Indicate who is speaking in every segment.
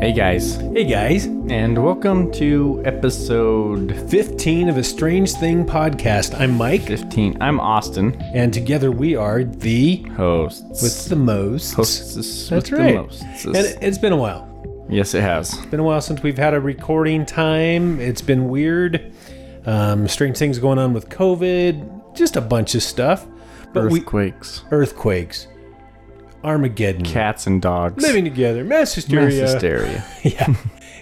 Speaker 1: Hey guys,
Speaker 2: Hey guys,
Speaker 1: and welcome to episode
Speaker 2: 15 of a Strange Thing podcast. I'm Mike,
Speaker 1: 15. I'm Austin,
Speaker 2: and together we are the
Speaker 1: hosts.
Speaker 2: with the most.
Speaker 1: hosts
Speaker 2: That's
Speaker 1: with
Speaker 2: right.
Speaker 1: The most.
Speaker 2: And it- it's been a while.
Speaker 1: yes, it has.
Speaker 2: Been a while since we've had a recording time. It's been weird. Um, strange things going on with COVID. Just a bunch of stuff. But we
Speaker 1: Earthquakes,
Speaker 2: earthquakes, Armageddon,
Speaker 1: cats and dogs,
Speaker 2: living together, mass hysteria.
Speaker 1: mass hysteria.
Speaker 2: yeah,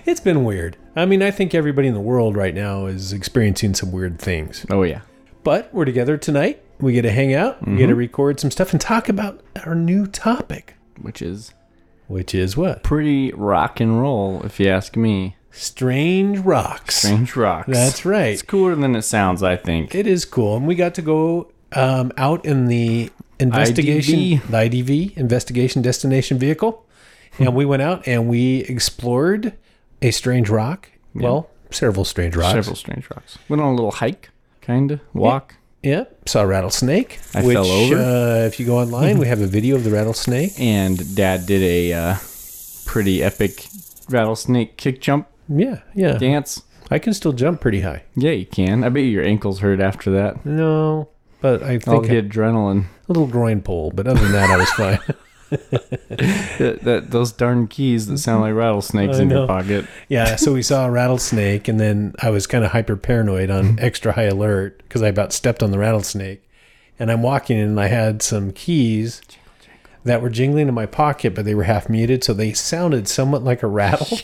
Speaker 2: it's been weird. I mean, I think everybody in the world right now is experiencing some weird things.
Speaker 1: Oh yeah,
Speaker 2: But we're together tonight. We get to hang out, we
Speaker 1: Mm-hmm.
Speaker 2: get to record some stuff, and talk about our new topic,
Speaker 1: which is
Speaker 2: which is what?
Speaker 1: pretty rock and roll, if you ask me.
Speaker 2: Strange rocks.
Speaker 1: Strange rocks.
Speaker 2: That's right.
Speaker 1: It's cooler than it sounds, I think.
Speaker 2: It is cool, and we got to go um, out in the investigation,
Speaker 1: IDV.
Speaker 2: the IDV investigation destination vehicle,
Speaker 1: Hmm.
Speaker 2: and we went out and we explored a strange rock. Well, several strange rocks.
Speaker 1: Several strange rocks. Went on a little hike, kinda walk.
Speaker 2: Yep. Saw a rattlesnake.
Speaker 1: I
Speaker 2: which,
Speaker 1: fell over.
Speaker 2: Uh, if you go online, we have a video of the rattlesnake.
Speaker 1: and dad did a uh, pretty epic rattlesnake kick jump
Speaker 2: Yeah, yeah.
Speaker 1: dance.
Speaker 2: I can still jump pretty high.
Speaker 1: Yeah, you can. I bet your ankles hurt after that.
Speaker 2: No, but I
Speaker 1: All
Speaker 2: think
Speaker 1: the adrenaline.
Speaker 2: a little groin pull. But other than that, I was fine.
Speaker 1: That, that, those darn keys that sound like rattlesnakes
Speaker 2: I
Speaker 1: in
Speaker 2: know.
Speaker 1: your pocket.
Speaker 2: yeah. So we saw a rattlesnake, and then I was kind of hyper paranoid on extra high alert because I about stepped on the rattlesnake. And I'm walking, and I had some keys that were jingling in my pocket, but they were half muted, so they sounded somewhat like a rattle.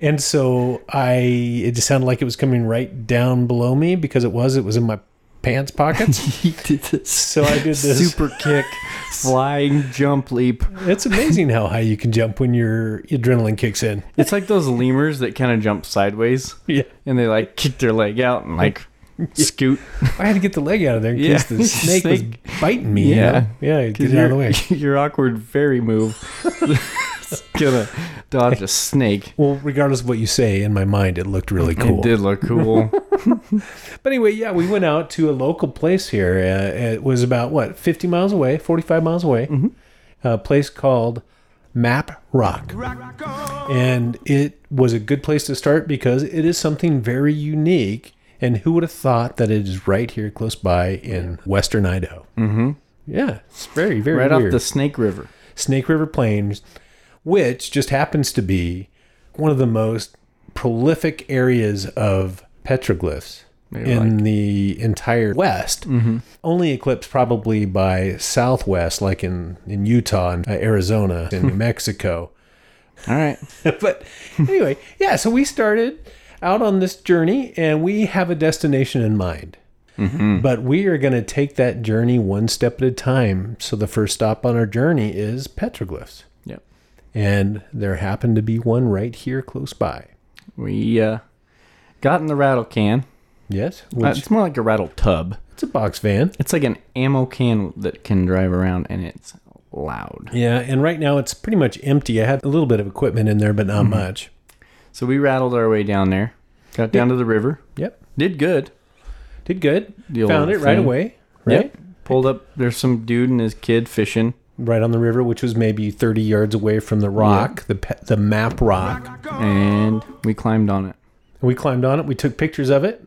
Speaker 2: And so I, it just sounded like it was coming right down below me because it was. It was in my pants pockets.
Speaker 1: he did this
Speaker 2: so I did this.
Speaker 1: super kick, flying jump leap.
Speaker 2: It's amazing how high you can jump when your adrenaline kicks in.
Speaker 1: It's like those lemurs that kind of jump sideways
Speaker 2: Yeah.
Speaker 1: and they like kick their leg out and like scoot.
Speaker 2: I had to get the leg out of there in
Speaker 1: Yeah.
Speaker 2: case the snake, was biting me. you
Speaker 1: Yeah.
Speaker 2: know? Yeah. Get
Speaker 1: Because
Speaker 2: it out of the way.
Speaker 1: your awkward fairy move is gonna dodge a snake.
Speaker 2: Well, regardless of what you say, in my mind, it looked really cool.
Speaker 1: It did look cool.
Speaker 2: But anyway, yeah, we went out to a local place here. Uh, it was about, what, 50 miles away, 45 miles away,
Speaker 1: Mm-hmm.
Speaker 2: a place called Map Rock. And it was a good place to start because it is something very unique. And who would have thought that it is right here close by in western Idaho? Mm-hmm. Yeah, it's very, very
Speaker 1: right off
Speaker 2: weird.
Speaker 1: the Snake River.
Speaker 2: Snake River Plains, which just happens to be one of the most prolific areas of petroglyphs
Speaker 1: Maybe
Speaker 2: in the entire West.
Speaker 1: Mm-hmm.
Speaker 2: Only eclipsed probably by Southwest, like in, in Utah and uh, Arizona and New Mexico.
Speaker 1: All right.
Speaker 2: but anyway, yeah, so we started out on this journey and we have a destination in mind.
Speaker 1: Mm-hmm.
Speaker 2: But we are going to take that journey one step at a time. So the first stop on our journey is petroglyphs.
Speaker 1: Yep.
Speaker 2: And there happened to be one right here close by.
Speaker 1: We uh, got in the rattle can.
Speaker 2: Yes,
Speaker 1: Uh,
Speaker 2: which
Speaker 1: it's more like a rattle tub.
Speaker 2: it's a box van.
Speaker 1: It's like an ammo can that can drive around and it's loud.
Speaker 2: Yeah, and right now it's pretty much empty. I had a little bit of equipment in there, but
Speaker 1: Mm-hmm.
Speaker 2: not much.
Speaker 1: So we rattled our way down there. Got down to the river.
Speaker 2: Yep,
Speaker 1: Did good.
Speaker 2: did good.
Speaker 1: The old
Speaker 2: Found it right
Speaker 1: thing.
Speaker 2: away. Right,
Speaker 1: Pulled up. There's some dude and his kid fishing.
Speaker 2: right on the river, which was maybe thirty yards away from the rock, the pe- the map rock.
Speaker 1: And we climbed on it.
Speaker 2: We climbed on it. We took pictures of it,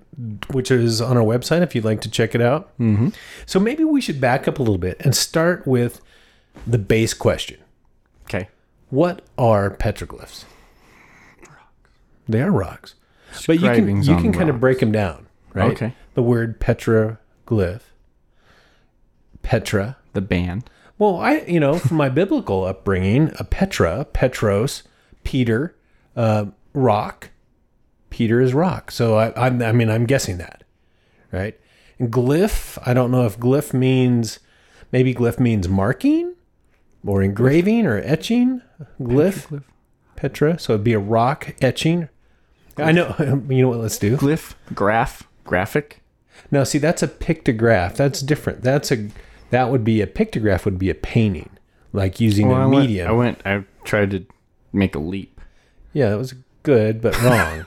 Speaker 2: which is on our website if you'd like to check it out. Mm-hmm. So maybe we should back up a little bit and start with the base question:
Speaker 1: Okay.
Speaker 2: What are petroglyphs? They are rocks, but you can
Speaker 1: Scribings
Speaker 2: you
Speaker 1: on
Speaker 2: can kind of
Speaker 1: rocks.
Speaker 2: break them down, right?
Speaker 1: Okay.
Speaker 2: The word petroglyph, Petra.
Speaker 1: The band.
Speaker 2: Well, I you know from my biblical upbringing, a Petra, Petros, Peter, uh, rock. Peter is rock. So I, I'm, I mean, I'm guessing that, right? And glyph. I don't know if glyph means maybe glyph means marking, or engraving, or etching. Glyph,
Speaker 1: Glyph.
Speaker 2: Petra. So it'd be a rock etching. I know. You know what? Let's do.
Speaker 1: Glyph. Graph. Graphic.
Speaker 2: Now, see, that's a pictograph. That's different. That's a that would be a pictograph would be a painting, like using
Speaker 1: I
Speaker 2: a
Speaker 1: went-
Speaker 2: medium.
Speaker 1: I went. I tried to make a leap.
Speaker 2: yeah, that was good, but wrong.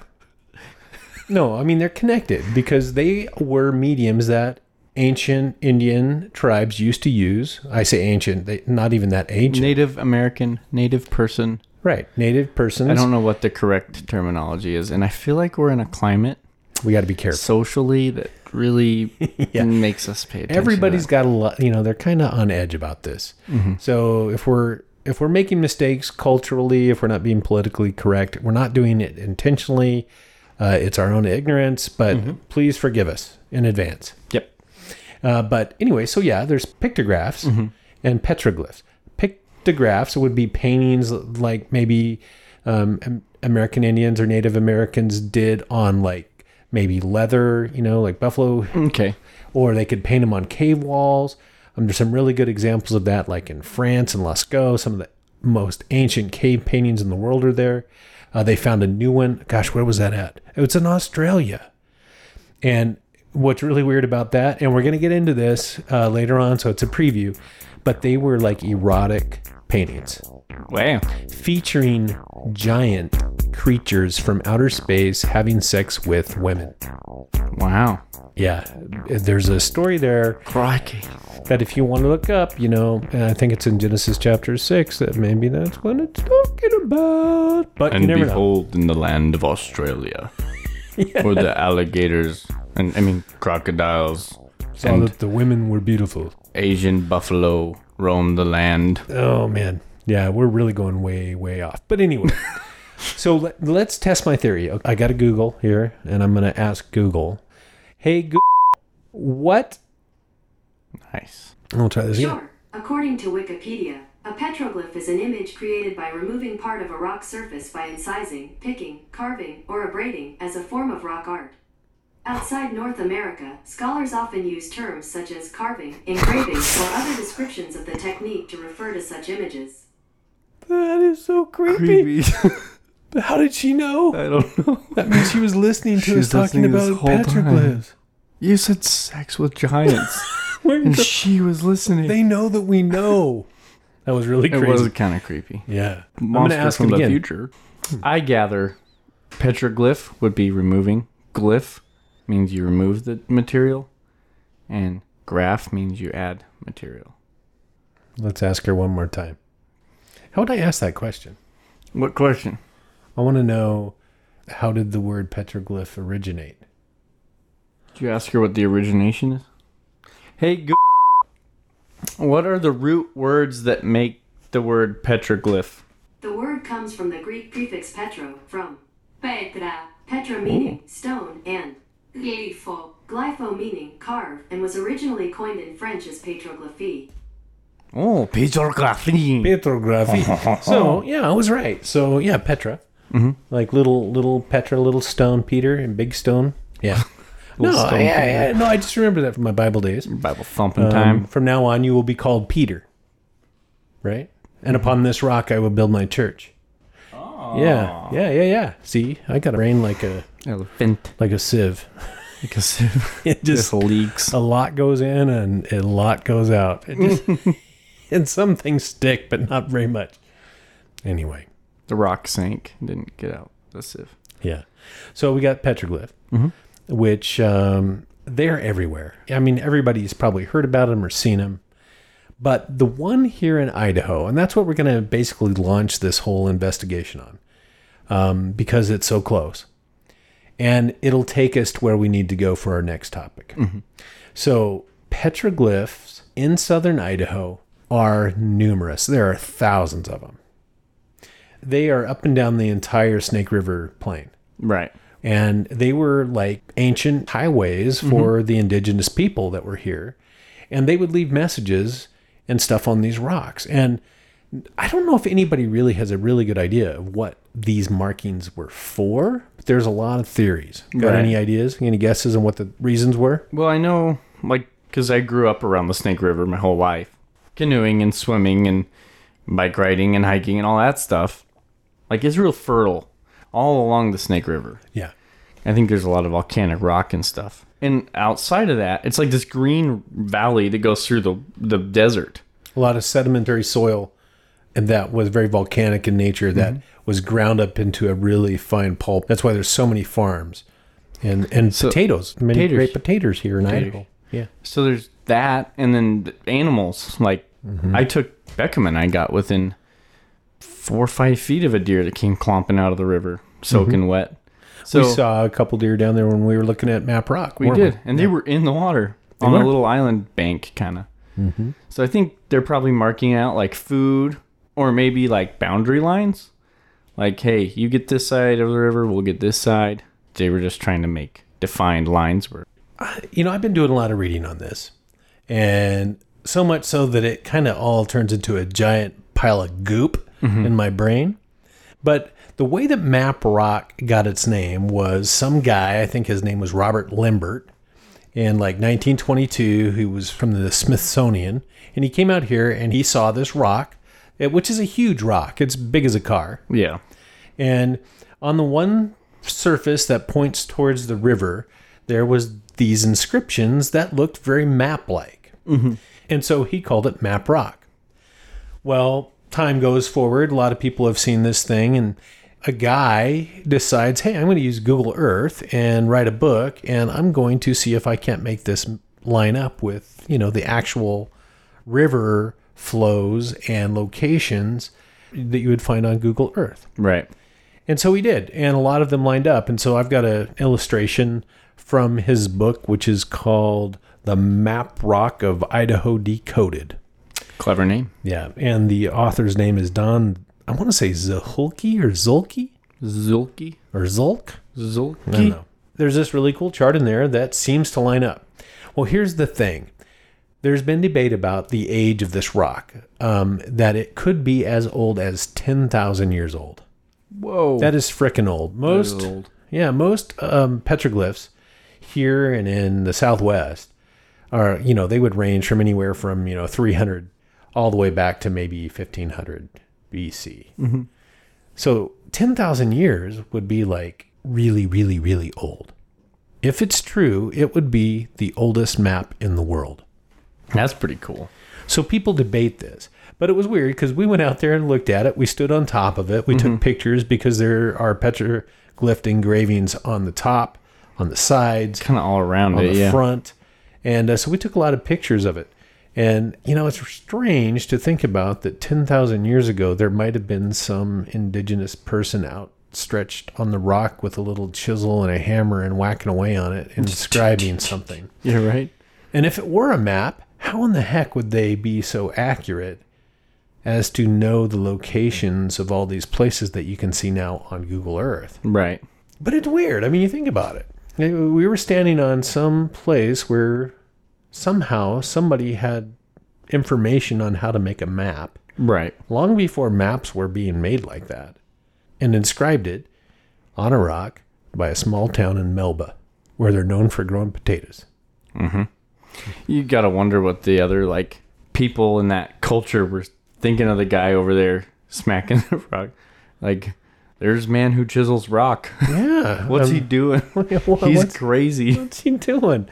Speaker 2: no, I mean they're connected because they were mediums that ancient Indian tribes used to use. I say ancient, they, not even that ancient.
Speaker 1: Native American. Native person.
Speaker 2: Right. Native persons.
Speaker 1: I don't know what the correct terminology is, and I feel like we're in a climate
Speaker 2: We got to be careful.
Speaker 1: socially that really
Speaker 2: Yeah.
Speaker 1: makes us pay attention.
Speaker 2: Everybody's
Speaker 1: to
Speaker 2: got a lot. You know, they're kind of on edge about this. So if we're if we're making mistakes culturally, if we're not being politically correct, we're not doing it intentionally. Uh, it's our own ignorance, but please forgive us in advance.
Speaker 1: that. yep.
Speaker 2: Uh, but anyway, so yeah, there's pictographs and petroglyphs. Pictographs would be paintings like maybe um, Am- American Indians or Native Americans did on like maybe leather, you know, like buffalo,
Speaker 1: Okay.
Speaker 2: or they could paint them on cave walls. Um, there's some really good examples of that, like in France and Lascaux. Some of the most ancient cave paintings in the world are there. Uh, they found a new one. Gosh, where was that at? It was in Australia. And what's really weird about that, and we're going to get into this uh, later on, so it's a preview, but they were like erotic paintings
Speaker 1: Wow.
Speaker 2: featuring giant creatures from outer space having sex with women.
Speaker 1: Wow.
Speaker 2: Yeah, there's a story there
Speaker 1: Crikey.
Speaker 2: that if you want to look up, you know, and I think it's in Genesis chapter 6 that maybe that's what it's talking about. But you
Speaker 3: And
Speaker 2: never know.
Speaker 3: behold, in the land of Australia, where the alligators and I mean crocodiles,
Speaker 2: Saw that the women were beautiful.
Speaker 3: Asian buffalo roam the land.
Speaker 2: Oh, man. Yeah, we're really going way, way off. But anyway, so let, let's test my theory. Okay, I got to Google here, and I'm going to ask Google, hey, Google, what?
Speaker 3: Nice.
Speaker 2: I'll try this again.
Speaker 4: Sure. According to Wikipedia, a petroglyph is an image created by removing part of a rock surface by incising, picking, carving, or abrading as a form of rock art. Outside North America, scholars often use terms such as carving, engraving, or other descriptions of the technique to refer to such images.
Speaker 2: That is so creepy.
Speaker 1: Creepy.
Speaker 2: How did she know?
Speaker 1: I don't know.
Speaker 2: That means she was listening to
Speaker 1: She was
Speaker 2: us talking
Speaker 1: listening this
Speaker 2: about
Speaker 1: whole time.
Speaker 2: petroglyphs.
Speaker 1: You said sex with giants,
Speaker 2: Where
Speaker 1: and
Speaker 2: the-
Speaker 1: she was listening.
Speaker 2: They know that we know. That was really
Speaker 1: it
Speaker 2: crazy.
Speaker 1: was kind of creepy.
Speaker 2: yeah. I'm
Speaker 3: Monster
Speaker 2: gonna ask
Speaker 3: from
Speaker 2: it
Speaker 3: the
Speaker 2: again. Hmm.
Speaker 3: future.
Speaker 1: I gather petroglyph would be removing. Glyph means you remove the material, and graph means you add material.
Speaker 2: Let's ask her one more time. How would I ask that question?
Speaker 1: What question?
Speaker 2: I want to know how did the word petroglyph originate?
Speaker 1: Did you ask her what the origination is? Hey, Go- what are the root words that make the word petroglyph?
Speaker 4: The word comes from the Greek prefix petro, from petra, petra meaning stone, and glypho, glypho meaning carve, and was originally coined in French as petroglyphie.
Speaker 1: Oh, petroglyph.
Speaker 2: Petrography. so yeah, I was right. So yeah, Petra, like little little Petra, little stone Peter, and big stone. Yeah. no,
Speaker 1: Little stone
Speaker 2: I, I- I- no, I just remember that from my Bible days.
Speaker 1: Bible thumping
Speaker 2: Um, from now on, you will be called Peter. Right? And upon this rock, I will build my church. Oh. Yeah, yeah, yeah, yeah. See, I got a brain like a
Speaker 1: Elephant.
Speaker 2: like a sieve.
Speaker 1: Because
Speaker 2: It
Speaker 1: just
Speaker 2: just
Speaker 1: leaks.
Speaker 2: a lot goes in and a lot goes out. It just, and some things stick, but not very much. Anyway,
Speaker 1: The rock sank. Didn't get out. The sieve.
Speaker 2: yeah. So we got petroglyph, which um, they're everywhere. I mean, everybody's probably heard about them or seen them. But the one here in Idaho, and that's what we're going to basically launch this whole investigation on um, because it's so close. And it'll take us to where we need to go for our next topic. So, petroglyphs in southern Idaho are numerous, there are thousands of them. They are up and down the entire Snake River plain
Speaker 1: Right.
Speaker 2: and they were like ancient highways for the indigenous people that were here and they would leave messages and stuff on these rocks and i don't know if anybody really has a really good idea of what these markings were for but there's a lot of theories got
Speaker 1: Right.
Speaker 2: any ideas any guesses on what the reasons were
Speaker 3: Well, I know, like, because I grew up around the Snake River my whole life, canoeing and swimming and bike riding and hiking and all that stuff. Like, it's real fertile all along the Snake River.
Speaker 2: yeah
Speaker 3: I think there's a lot of volcanic rock and stuff. And outside of that, it's like this green valley that goes through the the desert.
Speaker 2: a lot of sedimentary soil and that was very volcanic in nature that
Speaker 1: Mm-hmm.
Speaker 2: was ground up into a really fine pulp that's why there's so many farms and and potatoes many
Speaker 3: potatoes.
Speaker 2: great potatoes here in idaho yeah
Speaker 3: So there's
Speaker 2: Mm-hmm.
Speaker 3: that, and then the animals. Like I took Beckham and I got within
Speaker 1: four or five feet of a deer that came clomping out of the river, soaking wet. So
Speaker 2: Mm-hmm. we saw a couple deer down there when we were looking at Map Rock.
Speaker 1: we
Speaker 2: weren't
Speaker 1: did, and they were in the water on
Speaker 2: were.
Speaker 1: a little island bank, kind of. So I think they're probably marking out like food or maybe like boundary lines. Like, hey, you get this side of the river, we'll get this side. They were just trying to make defined lines where
Speaker 2: you know, I've been doing a lot of reading on this, and so much so that it kind of all turns into a giant pile of goop in my brain. But the way that Map Rock got its name was some guy, I think his name was Robert Limbert, in like 1922, who was from the Smithsonian, and he came out here and he saw this rock, eh, which is a huge rock. It's big as a car.
Speaker 1: Yeah.
Speaker 2: And on the one surface that points towards the river, there was these inscriptions that looked very map-like. And so he called it Map Rock. Well, time goes forward. A lot of people have seen this thing, and a guy decides, hey, I'm going to use Google Earth and write a book, and I'm going to see if I can't make this line up with, you know, the actual river flows and locations that you would find on Google Earth.
Speaker 1: Right.
Speaker 2: And so he did, and a lot of them lined up. And so I've got an illustration from his book, which is called The Map Rock of Idaho Decoded.
Speaker 1: Clever name.
Speaker 2: Yeah, and the author's name is Don, I want to say Zahulki or Zulki
Speaker 1: Zulki.
Speaker 2: or Zulk. I don't
Speaker 1: Zulki.
Speaker 2: know. There's this really cool chart in there that seems to line up. Well, here's the thing. There's been debate about the age of this rock, um, that it could be as old as 10,000 years old.
Speaker 1: Whoa.
Speaker 2: That is frickin' old. Most,
Speaker 1: old.
Speaker 2: yeah, most um, petroglyphs here and in the Southwest are, you know, they would range from anywhere from you know 300 all the way back to maybe 1500 BC. So 10,000 years would be like really, really, really old. If it's true, it would be the oldest map in the world.
Speaker 1: That's pretty cool.
Speaker 2: So people debate this, but it was weird because we went out there and looked at it. We stood on top of it. We took pictures because there are petroglyph engravings on the top, on the sides,
Speaker 1: Kind of all around
Speaker 2: on
Speaker 1: it.
Speaker 2: the
Speaker 1: Yeah.
Speaker 2: front, and uh, so we took a lot of pictures of it. And you know, it's strange to think about that ten thousand years ago there might have been some indigenous person outstretched on the rock with a little chisel and a hammer and whacking away on it and describing something.
Speaker 1: You're right.
Speaker 2: And if it were a map, how in the heck would they be so accurate as to know the locations of all these places that you can see now on Google Earth?
Speaker 1: Right.
Speaker 2: But it's weird. I mean, you think about it. We were standing on some place where somehow somebody had information on how to make a map
Speaker 1: Right.
Speaker 2: long before maps were being made like that and inscribed it on a rock by a small town in Melba where they're known for growing potatoes.
Speaker 1: You gotta wonder what the other like people in that culture were thinking of the guy over there smacking the rock. Like, there's man who chisels rock.
Speaker 2: Yeah.
Speaker 1: What's
Speaker 2: um,
Speaker 1: he doing?
Speaker 2: What-
Speaker 1: He's
Speaker 2: what's-
Speaker 1: crazy.
Speaker 2: What's he doing?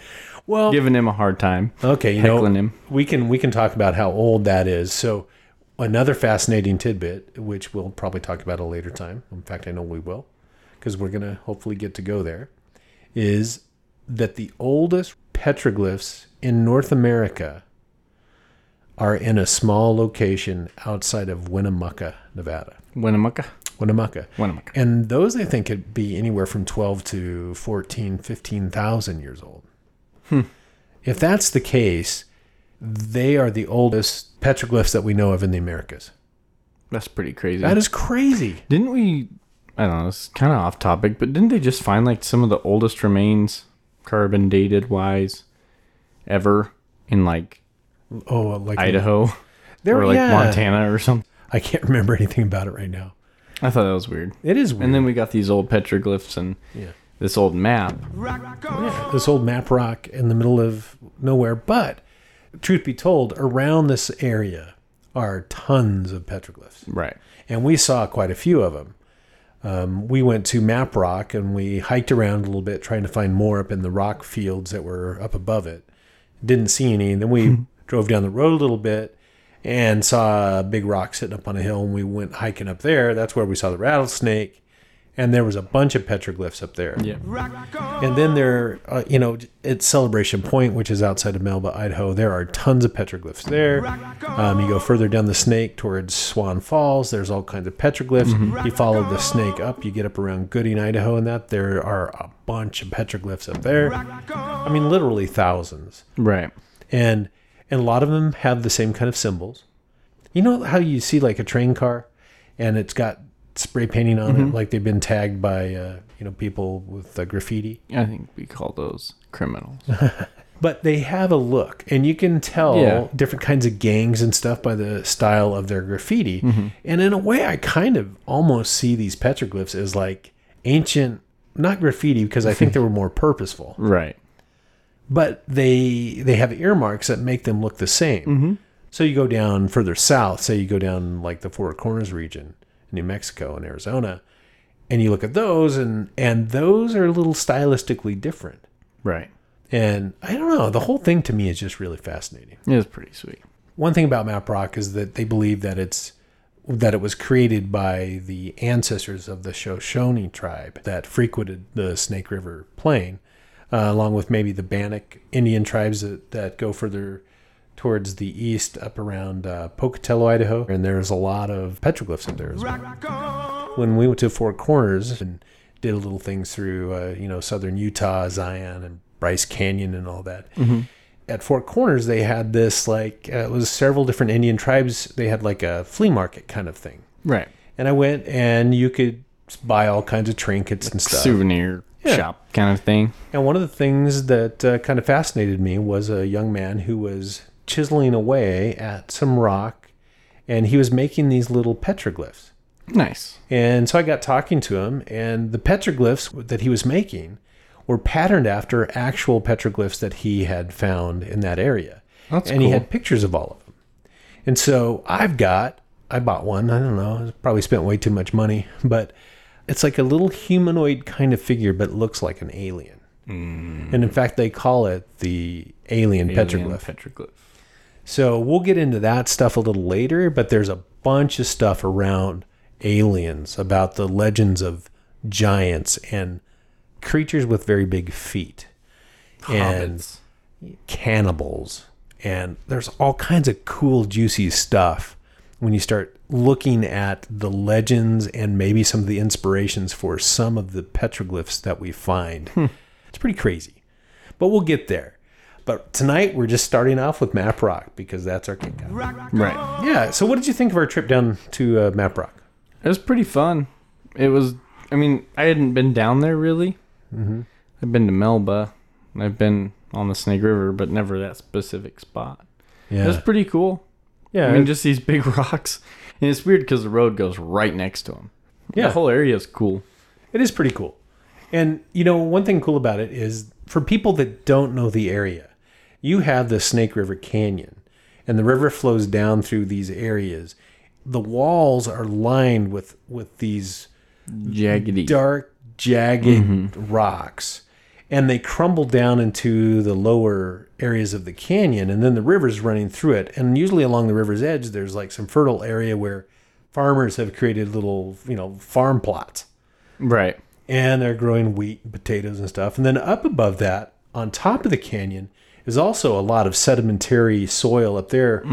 Speaker 2: Well,
Speaker 1: Giving him a hard time.
Speaker 2: okay, you know,
Speaker 1: heckling him.
Speaker 2: we can we can talk about how old that is. So, another fascinating tidbit, which we'll probably talk about at a later time. In fact, I know we will, because we're gonna hopefully get to go there. Is that the oldest petroglyphs in North America are in a small location outside of Winnemucca, Nevada.
Speaker 1: Winnemucca.
Speaker 2: Winnemucca.
Speaker 1: Winnemucca.
Speaker 2: And those I think could be anywhere from 12 to 14, 15,000 years old.
Speaker 1: Hmm.
Speaker 2: If that's the case, they are the oldest petroglyphs that we know of in the Americas.
Speaker 1: That's pretty crazy.
Speaker 2: That is crazy.
Speaker 1: didn't we? I don't know. It's kind of off topic, but didn't they just find like some of the oldest remains, carbon dated wise, ever in like
Speaker 2: Oh, like
Speaker 1: Idaho
Speaker 2: There,
Speaker 1: or like
Speaker 2: yeah.
Speaker 1: Montana or something?
Speaker 2: I can't remember anything about it right now.
Speaker 1: I thought that was weird.
Speaker 2: It is weird.
Speaker 1: And then we got these old petroglyphs and this old map.
Speaker 2: this old map rock in the middle of nowhere. But truth be told, around this area are tons of petroglyphs.
Speaker 1: Right.
Speaker 2: and we saw quite a few of them. Um, we went to Map Rock and we hiked around a little bit trying to find more up in the rock fields that were up above it. Didn't see any. And then we drove down the road a little bit and saw a big rock sitting up on a hill and we went hiking up there. That's where we saw the rattlesnake. and there was a bunch of petroglyphs up there.
Speaker 1: Yeah.
Speaker 2: And then there, uh, you know, at Celebration Point, which is outside of Melba, Idaho, there are tons of petroglyphs there. Um, you go further down the snake towards Swan Falls. There's all kinds of petroglyphs. You follow the snake up. You get up around Gooding, Idaho, and that there are a bunch of petroglyphs up there. I mean, literally thousands
Speaker 1: Right.
Speaker 2: and and a lot of them have the same kind of symbols. You know how you see like a train car, and it's got spray painting on it, like they've been tagged by uh, you know people with uh, graffiti.
Speaker 1: I think we call those criminals.
Speaker 2: But they have a look, and you can tell
Speaker 1: Yeah.
Speaker 2: different kinds of gangs and stuff by the style of their graffiti. And in a way, I kind of almost see these petroglyphs as like ancient, not graffiti, because I think they were more purposeful.
Speaker 1: right.
Speaker 2: but they they have earmarks that make them look the same. So you go down further south, say you go down like the Four Corners region, in New Mexico and Arizona, and you look at those, and and those are a little stylistically different.
Speaker 1: Right.
Speaker 2: And I don't know, the whole thing to me is just really fascinating.
Speaker 1: It was pretty sweet.
Speaker 2: One thing about Map Rock is that they believe that it's that it was created by the ancestors of the Shoshone tribe that frequented the Snake River Plain, uh, along with maybe the Bannock Indian tribes that, that go further towards the east up around uh, Pocatello, Idaho. And there's a lot of petroglyphs up there as well. When we went to Four Corners and did a little things through, uh, you know, southern Utah, Zion, and Bryce Canyon and all that at Four Corners, they had this like uh, it was several different Indian tribes. They had like a flea market kind of thing,
Speaker 1: Right.
Speaker 2: and I went and you could buy all kinds of trinkets and stuff.
Speaker 1: Souvenir
Speaker 2: Yeah.
Speaker 1: shop kind of thing.
Speaker 2: And one of the things that uh, kind of fascinated me was a young man who was chiseling away at some rock, and he was making these little petroglyphs.
Speaker 1: Nice.
Speaker 2: And so I got talking to him, and the petroglyphs that he was making were patterned after actual petroglyphs that he had found in that area.
Speaker 1: That's
Speaker 2: and he had pictures of all of them. And so I've got, I bought one, I don't know, I probably spent way too much money, but it's like a little humanoid kind of figure, but it looks like an alien. And in fact, they call it the alien,
Speaker 1: Alien
Speaker 2: petroglyph.
Speaker 1: Petroglyph.
Speaker 2: So we'll get into that stuff a little later, but there's a bunch of stuff around aliens, about the legends of giants and creatures with very big feet and
Speaker 1: Hobbits.
Speaker 2: cannibals. And there's all kinds of cool, juicy stuff when you start looking at the legends and maybe some of the inspirations for some of the petroglyphs that we find.
Speaker 1: Hmm.
Speaker 2: It's pretty crazy, but we'll get there. But tonight we're just starting off with Map Rock because that's our kick off.
Speaker 1: Right.
Speaker 2: Yeah. So, what did you think of our trip down to uh, Map Rock?
Speaker 1: It was pretty fun. It was. I mean, I hadn't been down there really. Mm-hmm. I've been to Melba. and I've been on the Snake River, but never that specific spot. It was
Speaker 2: Yeah.
Speaker 1: pretty cool.
Speaker 2: Yeah.
Speaker 1: I mean, just these big rocks, and it's weird because the road goes right next to them.
Speaker 2: Yeah.
Speaker 1: The whole area is cool.
Speaker 2: It is pretty cool. And you know, one thing cool about it is for people that don't know the area, you have the Snake River Canyon, and the river flows down through these areas. The walls are lined with with these
Speaker 1: Jaggedy.
Speaker 2: dark, jagged rocks, and they crumble down into the lower areas of the canyon, and then the river's running through it. And usually along the river's edge, there's like some fertile area where farmers have created little, you know, farm plots
Speaker 1: Right.
Speaker 2: and they're growing wheat and potatoes and stuff. And then up above that, on top of the canyon, is also a lot of sedimentary soil up there,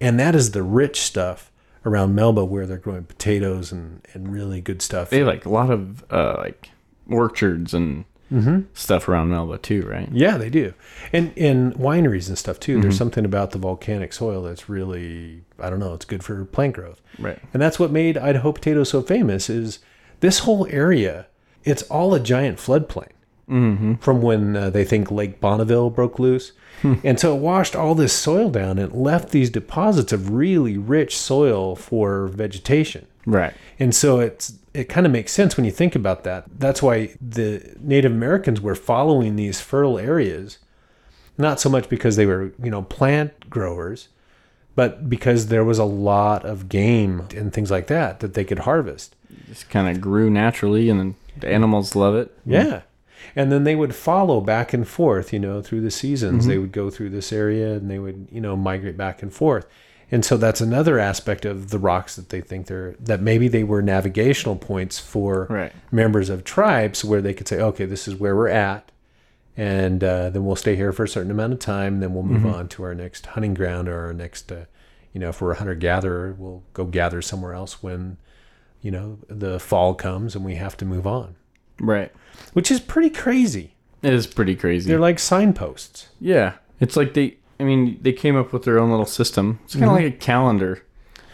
Speaker 2: and that is the rich stuff around Melba where they're growing potatoes and, and really good stuff.
Speaker 1: They have, like a lot of uh, like orchards and
Speaker 2: Mm-hmm.
Speaker 1: stuff around Melba too, right?
Speaker 2: yeah, they do, and and wineries and stuff too. There's something about the volcanic soil that's really I don't know. It's good for plant growth.
Speaker 1: Right.
Speaker 2: And that's what made Idaho potatoes so famous is this whole area, it's all a giant floodplain from when uh, they think Lake Bonneville broke loose. and so it washed all this soil down and left these deposits of really rich soil for vegetation.
Speaker 1: Right.
Speaker 2: And so it's it kind of makes sense when you think about that. That's why the Native Americans were following these fertile areas, not so much because they were, you know, plant growers, but because there was a lot of game and things like that that they could harvest.
Speaker 1: Just kind of grew naturally, and then the animals love it.
Speaker 2: Yeah. And then they would follow back and forth, you know, through the seasons. They would go through this area and they would, you know, migrate back and forth. And so that's another aspect of the rocks that they think they're that maybe they were navigational points for
Speaker 1: Right.
Speaker 2: members of tribes where they could say, okay, this is where we're at, and uh, then we'll stay here for a certain amount of time, then we'll move on to our next hunting ground or our next, uh, you know, if we're a hunter gatherer, we'll go gather somewhere else when, you know, the fall comes and we have to move on,
Speaker 1: Right.
Speaker 2: which is pretty crazy.
Speaker 1: It is pretty crazy.
Speaker 2: They're like signposts.
Speaker 1: yeah. It's like they, I mean, they came up with their own little system. It's kind of like a calendar.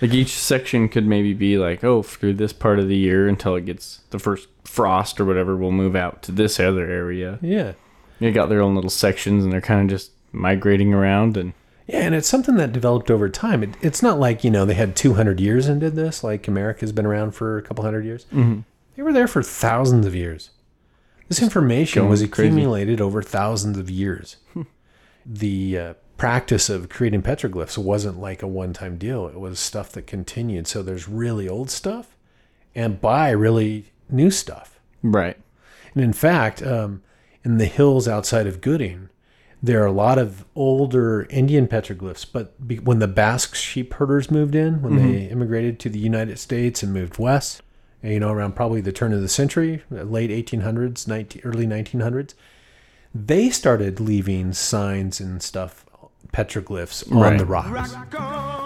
Speaker 1: Like each section could maybe be like, oh, through this part of the year until it gets the first frost or whatever, we'll move out to this other area.
Speaker 2: Yeah.
Speaker 1: They got their own little sections and they're kind of just migrating around and
Speaker 2: Yeah, and it's something that developed over time. It, it's not like, you know, they had 200 years and did this, like America's been around for a couple hundred years. Mm-hmm. They were there for thousands of years. This information
Speaker 1: going
Speaker 2: was
Speaker 1: crazy. Hmm.
Speaker 2: accumulated over thousands of years. the uh, practice of creating petroglyphs wasn't like a one time deal, it was stuff that continued. So there's really old stuff and by really new stuff.
Speaker 1: right.
Speaker 2: And in fact, um, in the hills outside of Gooding, there are a lot of older Indian petroglyphs. But be- when the Basque sheep herders moved in, when they immigrated to the United States and moved west, and, you know, around probably the turn of the century, uh, late 1800s, 19, early 1900s, they started leaving signs and stuff, petroglyphs on
Speaker 1: Right.
Speaker 2: the rocks.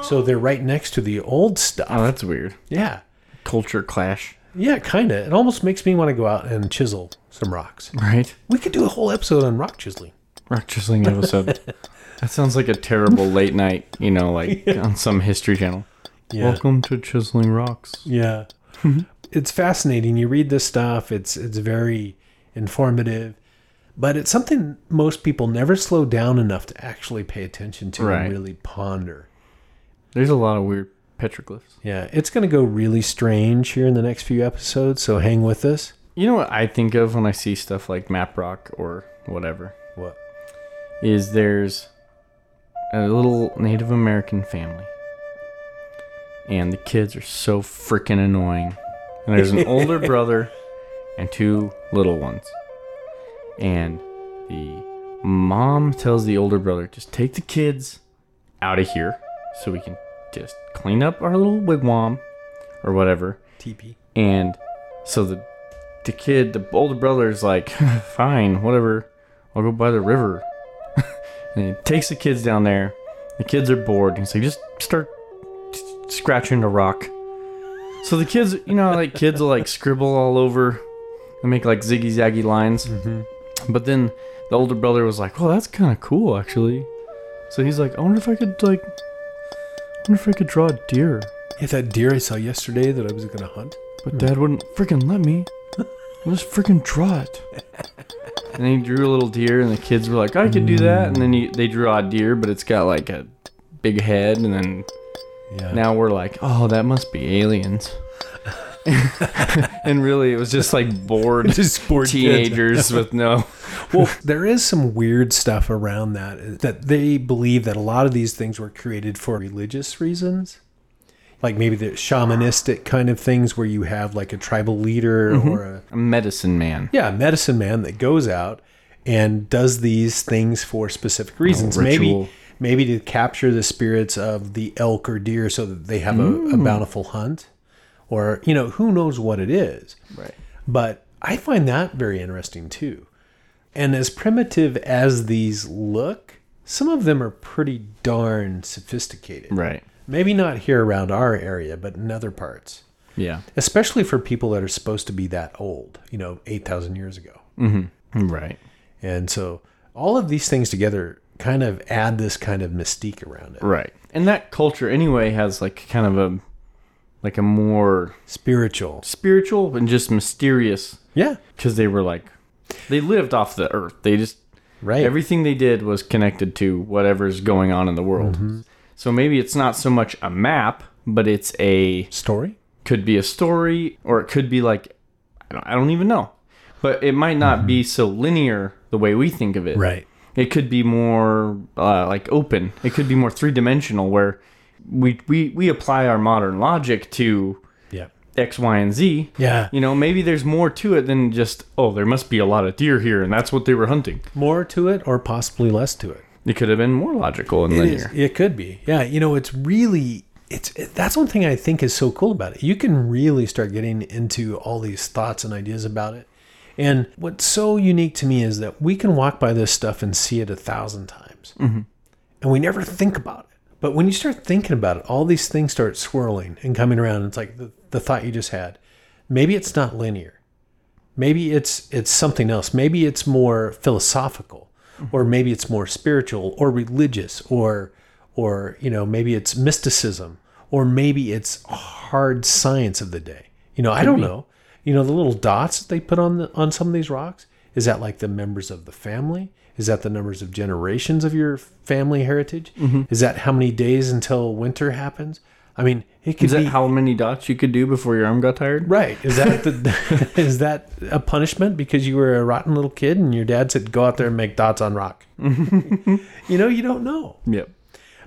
Speaker 2: So they're right next to the old stuff.
Speaker 1: Oh, that's weird.
Speaker 2: yeah.
Speaker 1: Culture clash.
Speaker 2: Yeah, kind of. It almost makes me want to go out and chisel some rocks.
Speaker 1: Right.
Speaker 2: We could do a whole episode on rock chiseling.
Speaker 1: Rock chiseling episode. that sounds like a terrible late night, you know, like on some history channel.
Speaker 2: Yeah.
Speaker 1: Welcome Mm-hmm. to Chiseling Rocks.
Speaker 2: Yeah. it's fascinating. You read this stuff, it's it's very informative, but it's something most people never slow down enough to actually pay attention to
Speaker 1: Right.
Speaker 2: and really ponder.
Speaker 1: There's a lot of weird petroglyphs.
Speaker 2: Yeah, it's going to go really strange here in the next few episodes, so hang with us.
Speaker 1: You know what I think of when I see stuff like map rock or whatever?
Speaker 2: What?
Speaker 1: Is there's a little Native American family. And the kids are so freaking annoying. And there's an older brother and two little ones. And the mom tells the older brother, just take the kids out of here so we can just clean up our little wigwam or whatever.
Speaker 2: TP.
Speaker 1: And so the the kid, the older brother's like, fine, whatever, I'll go by the river. and he takes the kids down there. The kids are bored. He's like, just start s- scratching the rock. So the kids, you know, how, like kids will like scribble all over and make like ziggy zaggy lines. But then the older brother was like, well, that's kind of cool actually. So he's like, I wonder if I could like, I wonder if I could draw a deer.
Speaker 2: Yeah, that deer I saw yesterday that I was going to hunt.
Speaker 1: But dad wouldn't freaking let me. I'll just freaking draw it. and he drew a little deer, and the kids were like, I could do that. And then he, they draw a deer, but it's got like a big head. And then
Speaker 2: Yeah.
Speaker 1: now we're like, oh, that must be aliens. and really, it was just like bored
Speaker 2: Just bored kids.
Speaker 1: teenagers with no.
Speaker 2: well, there is some weird stuff around that that they believe that a lot of these things were created for religious reasons. Like maybe the shamanistic kind of things where you have like a tribal leader or a
Speaker 1: Medicine man.
Speaker 2: yeah, a medicine man that goes out and does these things for specific reasons. maybe
Speaker 1: ritual.
Speaker 2: maybe to capture the spirits of the elk or deer so that they have a, a bountiful hunt. Or, you know, who knows what it is.
Speaker 1: Right.
Speaker 2: But I find that very interesting too. And as primitive as these look, some of them are pretty darn sophisticated.
Speaker 1: Right.
Speaker 2: Maybe not here around our area, but in other parts,
Speaker 1: Yeah.
Speaker 2: especially for people that are supposed to be that old, you know, 8,000 years ago.
Speaker 1: Right.
Speaker 2: And so all of these things together kind of add this kind of mystique around it.
Speaker 1: Right. And that culture, anyway, has like kind of a. Like a more
Speaker 2: Spiritual.
Speaker 1: spiritual and just mysterious
Speaker 2: Yeah.
Speaker 1: because they were like they lived off the earth they just
Speaker 2: Right.
Speaker 1: everything they did was connected to whatever's going on in the world so maybe it's not so much a map but it's a
Speaker 2: story.
Speaker 1: could be a story or it could be like i don't, I don't even know but it might not be so linear the way we think of it
Speaker 2: Right.
Speaker 1: it could be more uh, like open it could be more three-dimensional where we, we we apply our modern logic to
Speaker 2: Yeah.
Speaker 1: x y and z
Speaker 2: Yeah.
Speaker 1: you know, maybe there's more to it than just, oh, there must be a lot of deer here and that's what they were hunting.
Speaker 2: More to it or possibly less to it.
Speaker 1: It could have been more logical and
Speaker 2: It is.
Speaker 1: linear.
Speaker 2: It could be. Yeah. You know, it's really it's it- that's one thing I think is so cool about it. You can really start getting into all these thoughts and ideas about it. And what's so unique to me is that we can walk by this stuff and see it a thousand times, and we never think about it. But when you start thinking about it, all these things start swirling and coming around. It's like the, the thought you just had. Maybe it's not linear maybe it's it's something else maybe it's more philosophical
Speaker 1: Mm-hmm.
Speaker 2: or maybe it's more spiritual or religious or or you know maybe it's mysticism or maybe it's hard science of the day you know i don't know you know the little dots that they put on the, on some of these rocks is that like the members of the family is that the numbers of generations of your family heritage
Speaker 1: Mm-hmm.
Speaker 2: is that how many days until winter happens i mean it could
Speaker 1: Is that
Speaker 2: be
Speaker 1: how many dots you could do before your arm got tired?
Speaker 2: Right. Is that the, is that a punishment because you were a rotten little kid and your dad said go out there and make dots on rock? you know, you don't know.
Speaker 1: Yep.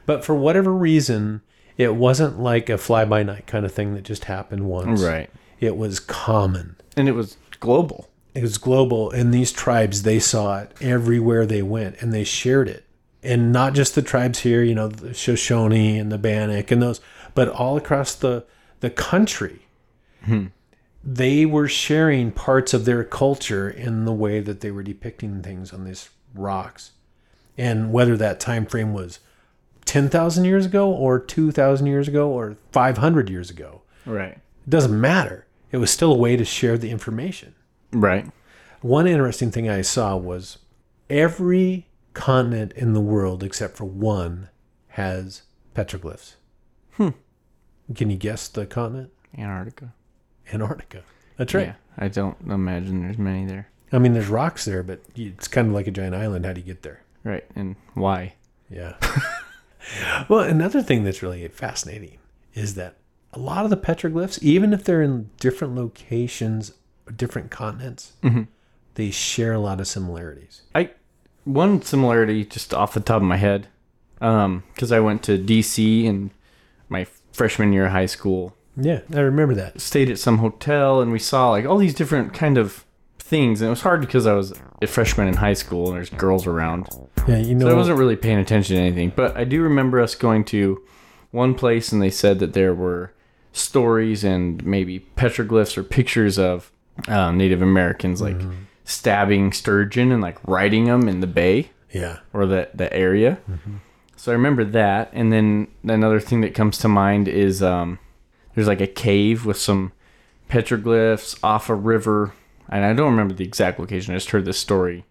Speaker 2: But for whatever reason, it wasn't like a fly by night kind of thing that just happened once.
Speaker 1: Right.
Speaker 2: It was common.
Speaker 1: And it was global.
Speaker 2: It was global and these tribes they saw it everywhere they went and they shared it. And not just the tribes here, you know, the Shoshone and the Bannock and those, but all across the the country they were sharing parts of their culture in the way that they were depicting things on these rocks and whether that time frame was 10,000 years ago or 2,000 years ago or 500 years ago
Speaker 1: Right.
Speaker 2: it doesn't matter it was still a way to share the information
Speaker 1: Right.
Speaker 2: one interesting thing i saw was every continent in the world except for one has petroglyphs hmm can you guess the continent
Speaker 1: Antarctica.
Speaker 2: antarctica that's right
Speaker 1: Yeah. I don't imagine there's many there.
Speaker 2: I mean, there's rocks there, but it's kind of like a giant island. How do you get there?
Speaker 1: Right. And why?
Speaker 2: Yeah. well, another thing that's really fascinating is that a lot of the petroglyphs, even if they're in different locations, different continents,
Speaker 1: Mm-hmm.
Speaker 2: they share a lot of similarities.
Speaker 1: I one similarity just off the top of my head, um, because I went to D.C. in my freshman year of high school,
Speaker 2: Yeah, I remember that.
Speaker 1: stayed at some hotel, and we saw like all these different kind of things, and it was hard because I was a freshman in high school and there's girls around,
Speaker 2: Yeah, you know,
Speaker 1: so I wasn't really paying attention to anything. But I do remember us going to one place, and they said that there were stories and maybe petroglyphs or pictures of uh, Native Americans like stabbing sturgeon and like riding them in the bay
Speaker 2: yeah,
Speaker 1: or that the area.
Speaker 2: Mm-hmm.
Speaker 1: So I remember that, and then another thing that comes to mind is um, there's like a cave with some petroglyphs off a river, and I don't remember the exact location. I just heard this story,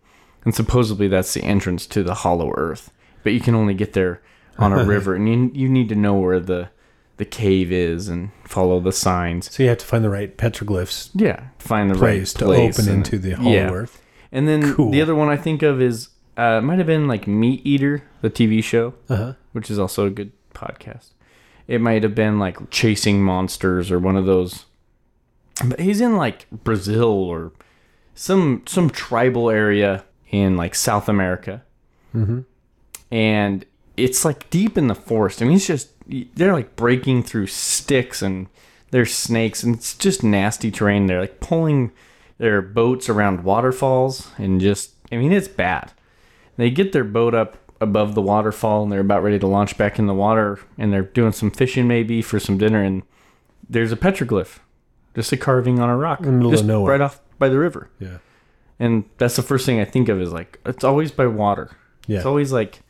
Speaker 1: and supposedly that's the entrance to the Hollow Earth, but you can only get there on a river, and you you need to know where the the cave is and follow the signs.
Speaker 2: so you have to find the right petroglyphs
Speaker 1: Yeah, find the
Speaker 2: place
Speaker 1: right
Speaker 2: to
Speaker 1: place
Speaker 2: open
Speaker 1: and-
Speaker 2: into the hollow
Speaker 1: yeah.
Speaker 2: earth.
Speaker 1: And then
Speaker 2: Cool.
Speaker 1: the other one I think of is uh, it might have been like Meat Eater, the TV show,
Speaker 2: Uh-huh.
Speaker 1: which is also a good podcast. It might have been like Chasing Monsters or one of those. But he's in like Brazil or some some tribal area in like South America, mm-hmm. and it's like deep in the forest. I mean, it's just they're like breaking through sticks and there's snakes and it's just nasty terrain. They're like pulling their boats around waterfalls and just I mean it's bad. They get their boat up above the waterfall and they're about ready to launch back in the water and they're doing some fishing maybe for some dinner and there's a petroglyph, just a carving on a rock,
Speaker 2: the middle of
Speaker 1: just
Speaker 2: nowhere.
Speaker 1: right off by the river.
Speaker 2: Yeah,
Speaker 1: And that's the first thing I think of is like it's always by water.
Speaker 2: yeah,
Speaker 1: It's always like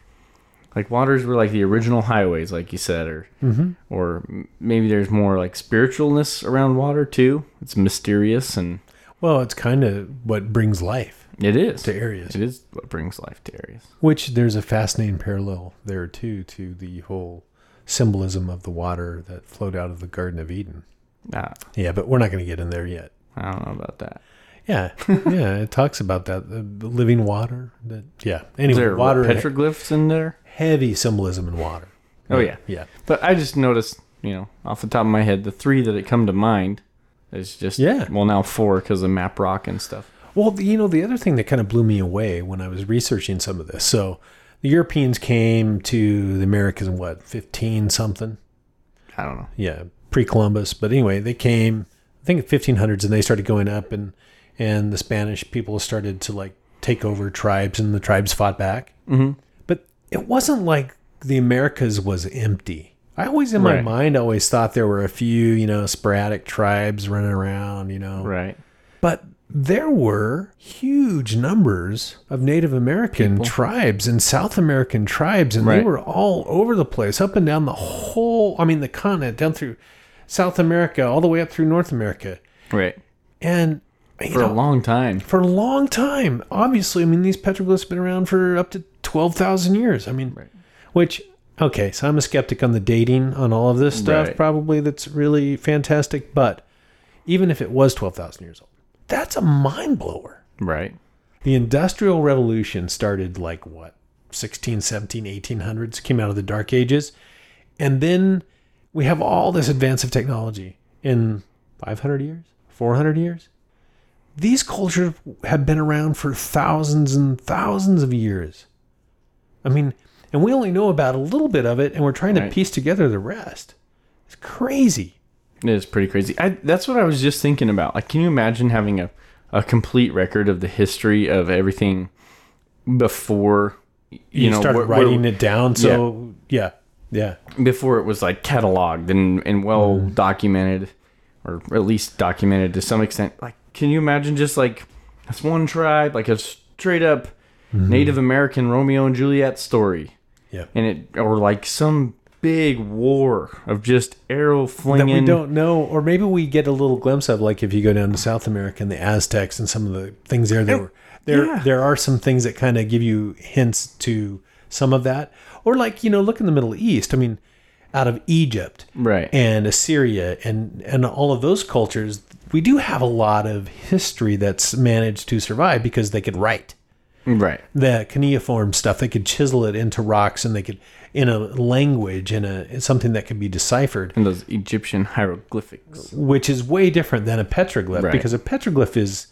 Speaker 1: like waters were like the original highways, like you said, or
Speaker 2: Mm-hmm.
Speaker 1: or m- maybe there's more like spiritualness around water too. It's mysterious and
Speaker 2: well, it's kind of what brings life.
Speaker 1: it is
Speaker 2: To areas.
Speaker 1: It is what brings life to areas.
Speaker 2: Which there's a fascinating parallel there too to the whole symbolism of the water that flowed out of the Garden of Eden.
Speaker 1: Ah,
Speaker 2: Yeah, but we're not going to get in there yet.
Speaker 1: I don't know about that.
Speaker 2: Yeah, yeah, it talks about that the, the living water. That yeah.
Speaker 1: Is
Speaker 2: Anyway,
Speaker 1: there
Speaker 2: water and
Speaker 1: petroglyphs in there?
Speaker 2: heavy symbolism in water.
Speaker 1: Oh yeah.
Speaker 2: Yeah,
Speaker 1: But I just noticed, you know, off the top of my head, the three that it come to mind is just
Speaker 2: Yeah.
Speaker 1: Well, now four because of map rock and stuff.
Speaker 2: Well, the- you know, the other thing that kind of blew me away when I was researching some of this. So, the Europeans came to the Americas in what fifteen something.
Speaker 1: I don't know.
Speaker 2: yeah, pre-Columbus. But anyway, they came, I think, fifteen hundreds, and they started going up, and and the Spanish people started to like take over tribes, and the tribes fought back. Mm-hmm. But it wasn't like the Americas was empty. I always, in my
Speaker 1: Right.
Speaker 2: mind, always thought there were a few, you know, sporadic tribes running around, you know.
Speaker 1: Right.
Speaker 2: But there were huge numbers of Native American tribes and South American tribes, and they
Speaker 1: Right.
Speaker 2: were all over the place, up and down the whole, I mean, the continent, down through South America, all the way up through North America.
Speaker 1: Right.
Speaker 2: And you
Speaker 1: For
Speaker 2: know,
Speaker 1: a long time.
Speaker 2: for a long time. Obviously, I mean, these petroglyphs have been around for up to 12,000 years. I mean, which, okay, so I'm a skeptic on the dating on all of this stuff,
Speaker 1: Right.
Speaker 2: probably that's really fantastic. But even if it was 12,000 years old, that's a mind blower.
Speaker 1: Right.
Speaker 2: The Industrial Revolution started like what, 16, 17, 1800s, came out of the Dark Ages. And then we have all this advance of technology in 500 years, 400 years. These cultures have been around for thousands and thousands of years. I mean, and we only know about a little bit of it, and we're trying
Speaker 1: Right.
Speaker 2: to piece together the rest. It's crazy.
Speaker 1: It is pretty crazy. I, that's what I was just thinking about. Like, can you imagine having a, a complete record of the history of everything before, you,
Speaker 2: You,
Speaker 1: know,
Speaker 2: start
Speaker 1: where- where-
Speaker 2: writing it down. So, yeah,
Speaker 1: before it was like cataloged and, and well
Speaker 2: Mm-hmm.
Speaker 1: documented, or at least documented to some extent. Like, can you imagine just like this one tribe, like a straight up
Speaker 2: Mm-hmm.
Speaker 1: Native American Romeo and Juliet story?
Speaker 2: Yeah.
Speaker 1: And it, or like some big war of just arrow
Speaker 2: that
Speaker 1: flinging.
Speaker 2: we don't know, or maybe we get a little glimpse of, like if you go down to South America and the Aztecs and some of the things there. There, were, there,
Speaker 1: yeah.
Speaker 2: there are some things that kind of give you hints to some of that, or like you know, look in the Middle East. I mean, out of Egypt,
Speaker 1: Right.
Speaker 2: and Assyria, and and all of those cultures, we do have a lot of history that's managed to survive because they could write
Speaker 1: right.
Speaker 2: the cuneiform stuff. They could chisel it into rocks, and they could in a language in a in something that could be deciphered
Speaker 1: And those Egyptian hieroglyphics.
Speaker 2: which is way different than a petroglyph
Speaker 1: Right.
Speaker 2: because a petroglyph is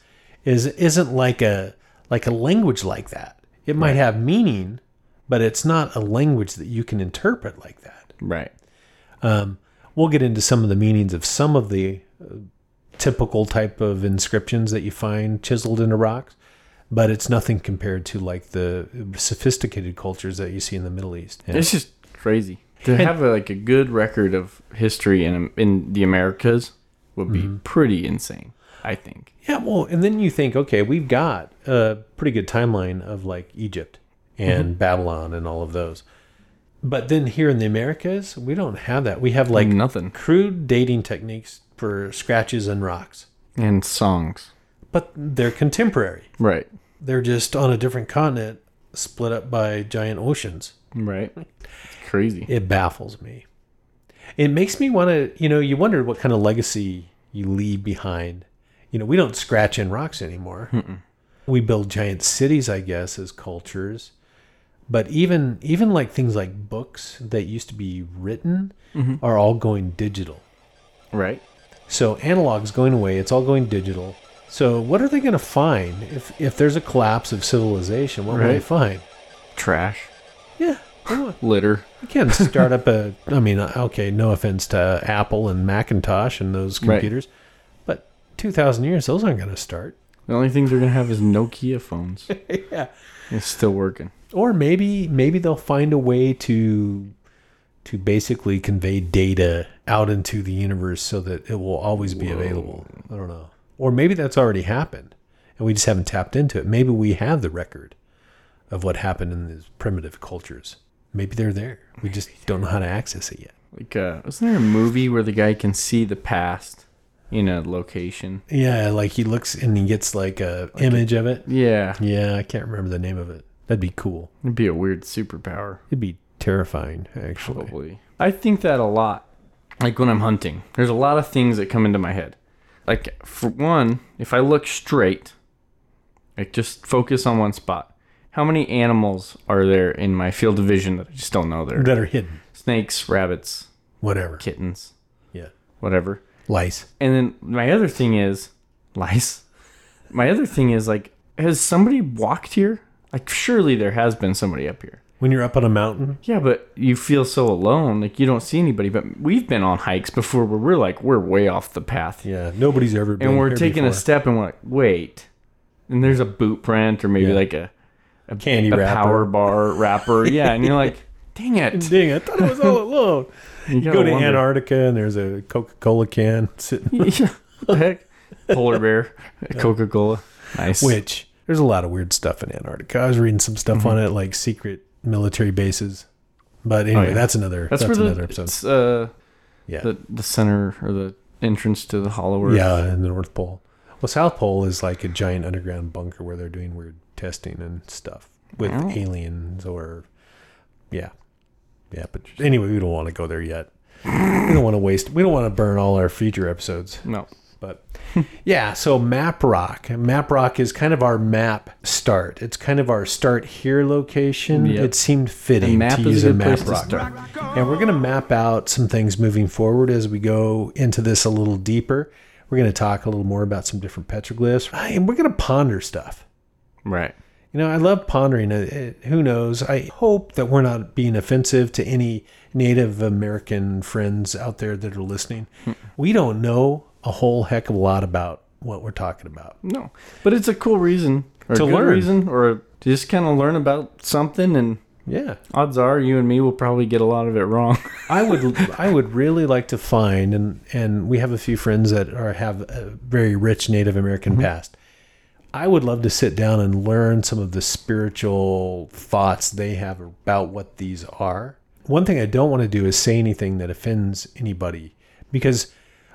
Speaker 2: is isn't like a like a language like that. It might have meaning, but it's not a language that you can interpret like that. Um,
Speaker 1: Right.
Speaker 2: We'll get into some of the meanings of some of the uh, typical type of inscriptions that you find chiseled into rocks, but it's nothing compared to like the sophisticated cultures that you see in the Middle East. And-
Speaker 1: It's just crazy to have a, like a good record of history in in the Americas would be pretty insane. I think.
Speaker 2: Yeah, well, and then you think, okay, we've got a pretty good timeline of like Egypt and Babylon and all of those. But then here in the Americas, we don't have that. We have like
Speaker 1: Like nothing
Speaker 2: crude dating techniques for scratches and rocks,
Speaker 1: and songs.
Speaker 2: but they're contemporary.
Speaker 1: Right.
Speaker 2: They're just on a different continent, split up by giant oceans.
Speaker 1: Right. It's crazy.
Speaker 2: It baffles me. It makes me want to, you know, you wonder what kind of legacy you leave behind. You know, we don't scratch in rocks anymore. We build giant cities, I guess, as cultures. But even even like things like books that used to be written are all going digital.
Speaker 1: Right.
Speaker 2: So analog's going away, it's all going digital. So what are they going to find if if there's a collapse of civilization? What will they
Speaker 1: Right.
Speaker 2: find?
Speaker 1: Trash.
Speaker 2: Yeah. they won't.
Speaker 1: Litter.
Speaker 2: You can't start up a. I mean, uh, okay, no offense to Apple and Macintosh and those
Speaker 1: Right.
Speaker 2: computers, but two thousand years, those aren't going to start.
Speaker 1: The only things they're gonna have is Nokia phones. yeah. It's still working.
Speaker 2: Or maybe, maybe they'll find a way to to basically convey data out into the universe so that it will always be available. I don't know. Or maybe that's already happened, and we just haven't tapped into it. Maybe we have the record of what happened in these primitive cultures. Maybe they're there. We just don't know how to access it yet.
Speaker 1: Like, uh, isn't there a movie where the guy can see the past in a location?
Speaker 2: Yeah, like he looks and he gets like a image of it.
Speaker 1: Yeah.
Speaker 2: Yeah, I can't remember the name of it. That'd be cool.
Speaker 1: It'd be a weird superpower.
Speaker 2: It'd be terrifying, actually.
Speaker 1: Probably. I think that a lot. Like when I'm hunting, there's a lot of things that come into my head. Like for one, if I look straight, like just focus on one spot. How many animals are there in my field of vision that I just don't know there?
Speaker 2: That are hidden.
Speaker 1: Snakes, rabbits,
Speaker 2: Whatever.
Speaker 1: kittens,
Speaker 2: Yeah.
Speaker 1: whatever.
Speaker 2: Lice.
Speaker 1: And then my other thing is lice. My other thing is like, has somebody walked here? Like surely there has been somebody up here.
Speaker 2: When you're up on a mountain,
Speaker 1: Yeah, but you feel so alone, like you don't see anybody. But we've been on hikes before where we're like, we're way off the path.
Speaker 2: yeah, nobody's ever been
Speaker 1: And we're
Speaker 2: here
Speaker 1: taking a
Speaker 2: before.
Speaker 1: step and we're like, wait. And there's a boot print or maybe
Speaker 2: Yeah.
Speaker 1: like a, a,
Speaker 2: Candy
Speaker 1: a
Speaker 2: wrapper.
Speaker 1: power bar wrapper. Yeah, and you're like, dang it.
Speaker 2: Dang, I thought it was all alone.
Speaker 1: You
Speaker 2: You
Speaker 1: gotta
Speaker 2: go to
Speaker 1: wonder.
Speaker 2: Antarctica and there's a Coca Cola can sitting,
Speaker 1: Yeah, what the heck? Polar bear, Coca Cola. Nice.
Speaker 2: which there's a lot of weird stuff in Antarctica. I was reading some stuff
Speaker 1: Mm-hmm.
Speaker 2: on it, like secret military bases. But anyway,
Speaker 1: Oh, yeah.
Speaker 2: that's another
Speaker 1: that's,
Speaker 2: that's,
Speaker 1: where
Speaker 2: another
Speaker 1: the
Speaker 2: episode.
Speaker 1: it's, uh,
Speaker 2: Yeah,
Speaker 1: the the center or the entrance to the Hollow Earth.
Speaker 2: yeah, in the North Pole. Well, South Pole is like a giant underground bunker where they're doing weird testing and stuff with
Speaker 1: Oh.
Speaker 2: aliens or yeah, yeah. But anyway, we don't want to go there yet. we don't want to waste. We don't want to burn all our future episodes.
Speaker 1: No.
Speaker 2: But yeah, so Map Rock. Map Rock is kind of our map start. It's kind of our start here location.
Speaker 1: Yep.
Speaker 2: It seemed fitting
Speaker 1: The map
Speaker 2: to
Speaker 1: is
Speaker 2: use
Speaker 1: a
Speaker 2: a
Speaker 1: good
Speaker 2: Map
Speaker 1: place
Speaker 2: Rock.
Speaker 1: to start.
Speaker 2: And we're going to map out some things moving forward as we go into this a little deeper. We're going to talk a little more about some different petroglyphs. And we're going to ponder stuff.
Speaker 1: Right.
Speaker 2: You know, I love pondering. it. It- Who knows? I hope that we're not being offensive to any Native American friends out there that are listening. We don't know a whole heck of a lot about what we're talking about.
Speaker 1: No. But it's a cool reason or
Speaker 2: To
Speaker 1: a good
Speaker 2: learn.
Speaker 1: reason or to just kind of learn about something and
Speaker 2: Yeah,
Speaker 1: odds are you and me will probably get a lot of it wrong.
Speaker 2: I would. I would really like to find and and we have a few friends that are have a very rich Native American past. I would love to sit down and learn some of the spiritual thoughts they have about what these are. One thing I don't want to do is say anything that offends anybody because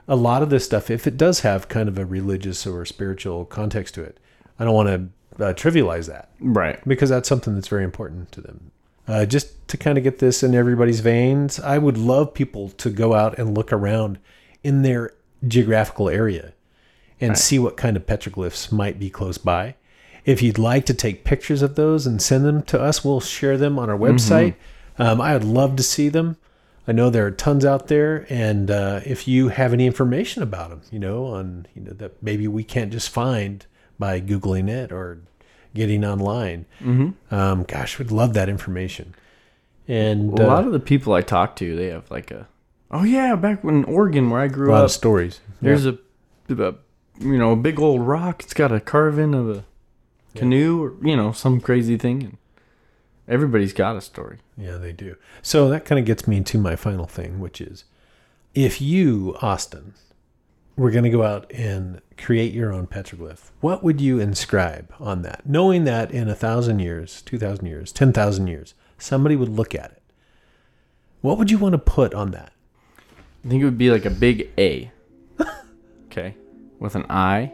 Speaker 2: a lot of this stuff, if it does have kind of a religious or spiritual context to it, I don't want to uh, trivialize that
Speaker 1: right.
Speaker 2: because that's something that's very important to them. Uh, just to kind of get this in everybody's veins, I would love people to go out and look around in their geographical area and see what kind of petroglyphs might be close by. If you'd like to take pictures of those and send them to us, we'll share them on our
Speaker 1: Mm-hmm.
Speaker 2: website. Um, I would love to see them. I know there are tons out there, and uh, if you have any information about them, you know, on you know that maybe we can't just find by googling it or getting online. Mm-hmm. Um, gosh, we'd love that information. And
Speaker 1: A
Speaker 2: uh,
Speaker 1: lot of the people I talk to, they have like a Oh yeah, back when Oregon where I grew
Speaker 2: a lot
Speaker 1: up,
Speaker 2: of stories.
Speaker 1: there's a, a you know, a big old rock. It's got a carving of a canoe or you know, some crazy thing and everybody's got a story.
Speaker 2: Yeah, they do. So that kind of gets me to my final thing, which is if you, Austin, were going to go out and create your own petroglyph, what would you inscribe on that? Knowing that in a thousand years, 2,000 years, 10,000 years, somebody would look at it. What would you want to put on that?
Speaker 1: I think it would be like a big A. okay. With an I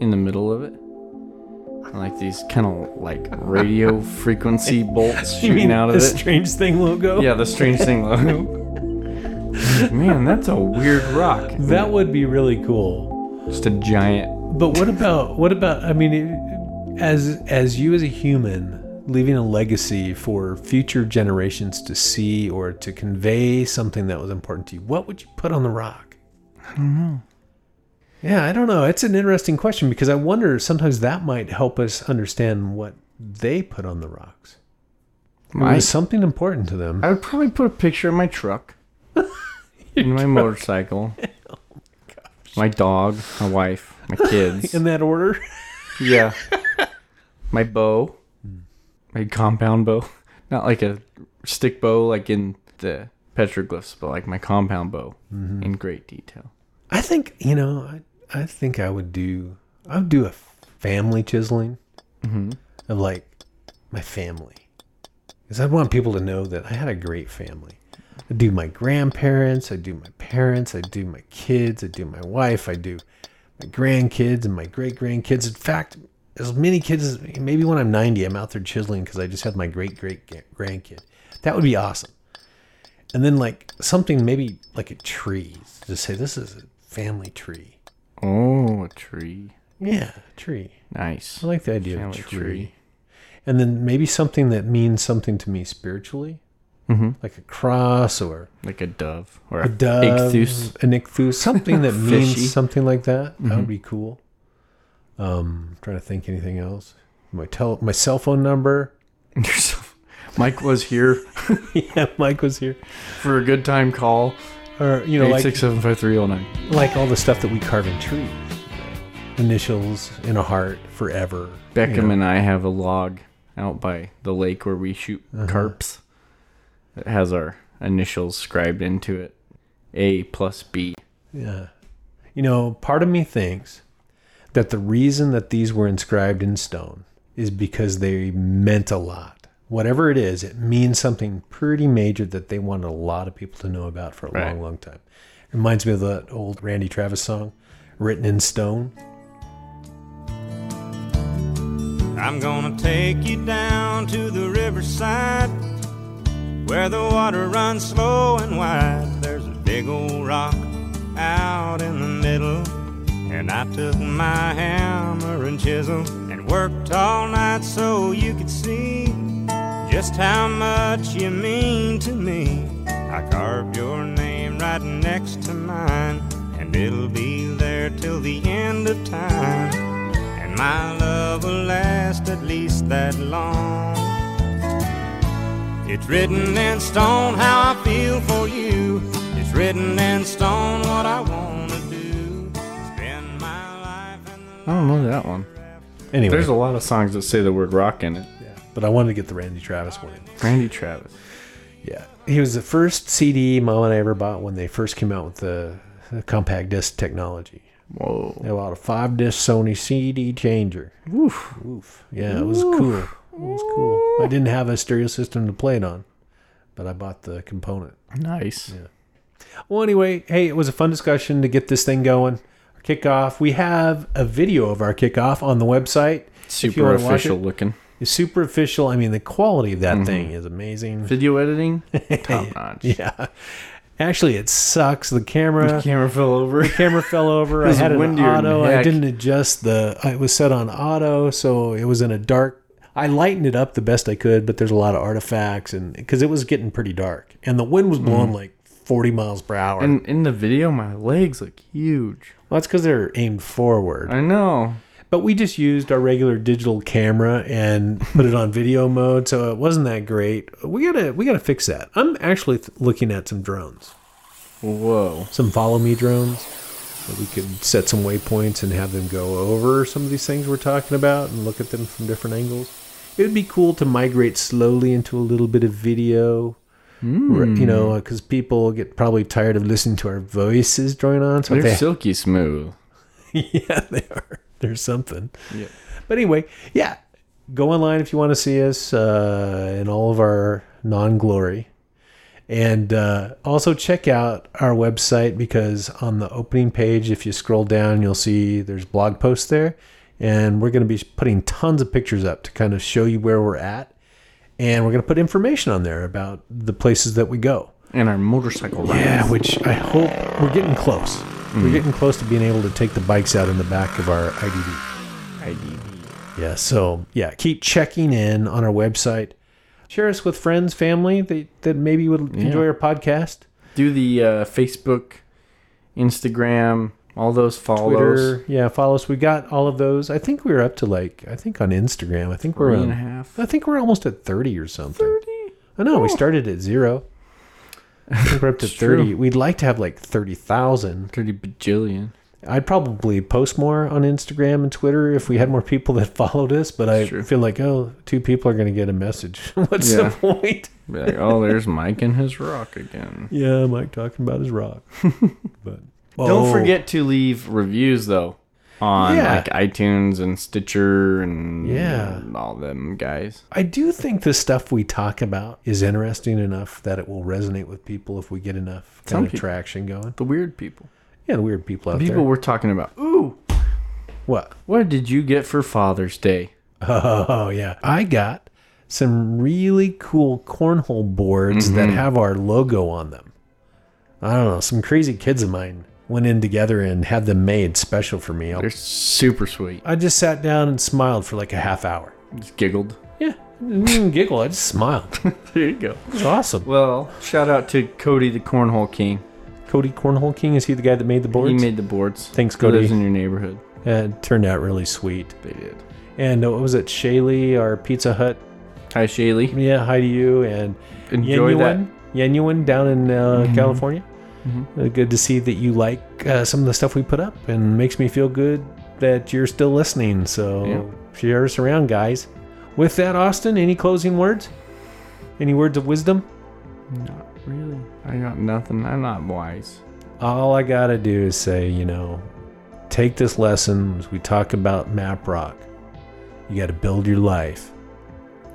Speaker 1: in the middle of it. And like these kind of like radio frequency bolts shooting out of
Speaker 2: the
Speaker 1: it.
Speaker 2: strange thing logo?
Speaker 1: yeah, the strange thing logo. Man, that's a weird rock.
Speaker 2: That would be really cool.
Speaker 1: Just a giant.
Speaker 2: But what about what about? I mean, it- as as you as a human leaving a legacy for future generations to see or to convey something that was important to you, what would you put on the rock? I don't know. Yeah, I don't know. It's an interesting question because I wonder sometimes that might help us understand what they put on the rocks. It was
Speaker 1: I,
Speaker 2: something important to them.
Speaker 1: I would probably put a picture of my truck, in my motorcycle,
Speaker 2: Oh
Speaker 1: my dog, my wife, my kids.
Speaker 2: In that order,
Speaker 1: Yeah. my bow.
Speaker 2: Hmm.
Speaker 1: My compound bow. Not like a stick bow like in the petroglyphs, but like my compound bow
Speaker 2: Mm-hmm.
Speaker 1: in great detail.
Speaker 2: I think you know. I I think I would do. I would do a family chiseling.
Speaker 1: Mhm.
Speaker 2: of like my family. Because I want people to know that I had a great family. I do my grandparents, I do my parents, I do my kids, I do my wife, I do my grandkids and my great grandkids. In fact, as many kids as maybe when I'm 90, I'm out there chiseling because I just had my great great grandkid. That would be awesome. And then, like, something maybe like a tree to say, this is a family tree.
Speaker 1: Oh, a tree.
Speaker 2: Yeah, tree.
Speaker 1: Nice.
Speaker 2: I like the idea
Speaker 1: Family
Speaker 2: of tree.
Speaker 1: tree.
Speaker 2: And then maybe something that means something to me spiritually,
Speaker 1: Mhm.
Speaker 2: like a cross or
Speaker 1: Like a dove or
Speaker 2: a
Speaker 1: a
Speaker 2: dove,
Speaker 1: ichthus.
Speaker 2: an ichthus, something that
Speaker 1: Fishy. Mm-hmm.
Speaker 2: means something like that. That would be cool. Um, trying to think anything else. My tel- my cell phone number.
Speaker 1: Mike was here
Speaker 2: yeah, Mike was here.
Speaker 1: for a good time call.
Speaker 2: Or you know,
Speaker 1: Eight
Speaker 2: like
Speaker 1: six seven five three zero nine.
Speaker 2: like all the stuff that we carve in trees. Initials in a heart forever. you
Speaker 1: Beckham
Speaker 2: know.
Speaker 1: and I have a log out by the lake where we shoot
Speaker 2: Uh-huh.
Speaker 1: carps. It has our initials scribed into it. A plus B.
Speaker 2: Yeah. You know, part of me thinks that the reason that these were inscribed in stone is because they meant a lot. Whatever it is, it means something pretty major that they wanted a lot of people to know about for a
Speaker 1: Right.
Speaker 2: long, long time. Reminds me of that old Randy Travis song, Written in Stone.
Speaker 5: I'm gonna take you down to the riverside where the water runs slow and wide. There's a big old rock out in the middle, and I took my hammer and chisel and worked all night so you could see just how much you mean to me. I carved your name right next to mine, and it'll be there till the end of time. And my love will last at least that long. It's written in stone how I feel for you. It's written in stone what I want to do. Spend my life in the
Speaker 1: I don't know that one.
Speaker 2: Anyway,
Speaker 1: There's a lot of songs that say the word rock in it.
Speaker 2: but I wanted to get the Randy Travis one. in.
Speaker 1: Randy Travis.
Speaker 2: Yeah. He was the first CD mom and I ever bought when they first came out with the, the compact disc technology.
Speaker 1: Whoa.
Speaker 2: They bought a five disc Sony CD changer. Woof. Woof. Yeah, it was cool. It was cool. I didn't have a stereo system to play it on, but I bought the component.
Speaker 1: Nice.
Speaker 2: Well, anyway, hey, it was a fun discussion to get this thing going. Our kickoff. We have a video of our kickoff on the website. If you
Speaker 1: Super
Speaker 2: wanna watch
Speaker 1: official
Speaker 2: it.
Speaker 1: looking.
Speaker 2: It's super official. I mean, the quality of that thing is amazing.
Speaker 1: Video editing? Top notch.
Speaker 2: Yeah. Actually, it sucks. The camera.
Speaker 1: Camera fell over.
Speaker 2: the camera fell over. I
Speaker 1: was
Speaker 2: had it on
Speaker 1: windier than
Speaker 2: auto. I
Speaker 1: heck.
Speaker 2: didn't adjust the. It was set on auto, so it was in a dark. I lightened it up the best I could, but there's a lot of artifacts, and because it was getting pretty dark, and the wind was blowing like 40 miles per hour.
Speaker 1: Mm. And in the video, my legs look huge.
Speaker 2: well, that's because they're aimed forward.
Speaker 1: I know.
Speaker 2: But we just used our regular digital camera and put it on video mode, so it wasn't that great. We gotta we gotta fix that. I'm actually th- looking at some drones.
Speaker 1: Whoa.
Speaker 2: some follow me drones that we could set some waypoints and have them go over some of these things we're talking about and look at them from different angles. It would be cool to migrate slowly into a little bit of video. r- You know, because people get probably tired of listening to our voices going on. So if
Speaker 1: They're
Speaker 2: they,
Speaker 1: silky smooth.
Speaker 2: yeah, they are. There's something.
Speaker 1: Yeah.
Speaker 2: But anyway, yeah, go online if you want to see us uh, in all of our non glory. And uh, also check out our website because on the opening page, if you scroll down, you'll see there's blog posts there. And we're going to be putting tons of pictures up to kind of show you where we're at. And we're going to put information on there about the places that we go.
Speaker 1: And our motorcycle ride.
Speaker 2: Yeah, which I hope we're getting close.
Speaker 1: Mm.
Speaker 2: We're getting close to being able to take the bikes out in the back of our IDV. Yeah, so yeah, keep checking in on our website. Share us with friends, family that, that maybe would enjoy our podcast.
Speaker 1: Do the uh, Facebook, Instagram, all those follows.
Speaker 2: Twitter. Yeah, follow us. We got all of those. I think we were up to like I think on Instagram. I think we're
Speaker 1: Three and
Speaker 2: on,
Speaker 1: a half.
Speaker 2: I think we're almost at thirty or something. Thirty? I know, we started at zero. I think we're up to
Speaker 1: It's true.
Speaker 2: thirty. We'd like to have like thirty thousand.
Speaker 1: 30 bajillion.
Speaker 2: I'd probably post more on Instagram and Twitter if we had more people that followed us, but I
Speaker 1: true.
Speaker 2: feel like, oh, two people are gonna get a message. What's
Speaker 1: Yeah.
Speaker 2: the point?
Speaker 1: Be like, oh, there's Mike and his rock again.
Speaker 2: Yeah, Mike talking about his rock. but
Speaker 1: Don't forget to leave reviews, though, on
Speaker 2: Oh. Yeah.
Speaker 1: like iTunes and Stitcher and
Speaker 2: Yeah.
Speaker 1: all them guys.
Speaker 2: I do think the stuff we talk about is interesting enough that it will resonate with people if we get enough kind
Speaker 1: Some
Speaker 2: of
Speaker 1: people.
Speaker 2: traction going.
Speaker 1: The weird people.
Speaker 2: Yeah, the weird people out
Speaker 1: People
Speaker 2: there.
Speaker 1: we're talking about. Ooh,
Speaker 2: What?
Speaker 1: what did you get for Father's Day?
Speaker 2: Oh yeah, I got some really cool cornhole boards that
Speaker 1: Mm-hmm.
Speaker 2: have our logo on them. I don't know. Some crazy kids of mine went in together and had them made special for me.
Speaker 1: They're super sweet.
Speaker 2: I just sat down and smiled for like a half hour.
Speaker 1: Just giggled.
Speaker 2: Yeah, I didn't even giggle. I just smiled. It
Speaker 1: There you go.
Speaker 2: was awesome.
Speaker 1: Well, shout out to Cody the Cornhole King.
Speaker 2: Cody Cornhole King is he the guy that made the boards?
Speaker 1: He made the boards.
Speaker 2: Thanks,
Speaker 1: He lives
Speaker 2: Cody.
Speaker 1: in your neighborhood.
Speaker 2: Uh, it turned out really sweet.
Speaker 1: They did.
Speaker 2: And uh, what was it, Shaylee, our Pizza Hut?
Speaker 1: Hi, Shaylee.
Speaker 2: Yeah, hi to you and
Speaker 1: Enjoy that. Mm-hmm.
Speaker 2: Yenuan, Yenuan down in uh, California. Uh, good to see that you like uh, some of the stuff we put up, and makes me feel good that you're still listening. So share us around, guys. With that, Austin, any closing words? Any words of wisdom?
Speaker 1: Not really. I got nothing. I'm not wise.
Speaker 2: All I gotta do is say, you know, take this lesson as we talk about map rock. You gotta build your life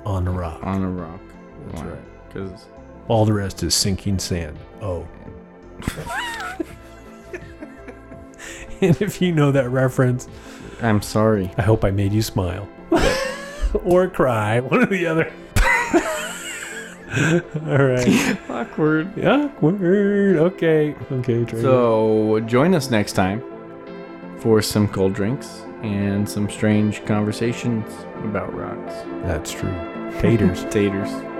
Speaker 2: on the rock.
Speaker 1: On a rock. That's
Speaker 2: right.
Speaker 1: Because
Speaker 2: All the rest is sinking sand. Oh. and if you know that reference,
Speaker 1: I'm sorry.
Speaker 2: I hope I made you smile or cry, one or the other. All right.
Speaker 1: Awkward.
Speaker 2: Awkward. Okay. Okay. Trey.
Speaker 1: So join us next time for some cold drinks and some strange conversations about rocks.
Speaker 2: that's true. Taters.
Speaker 1: Taters.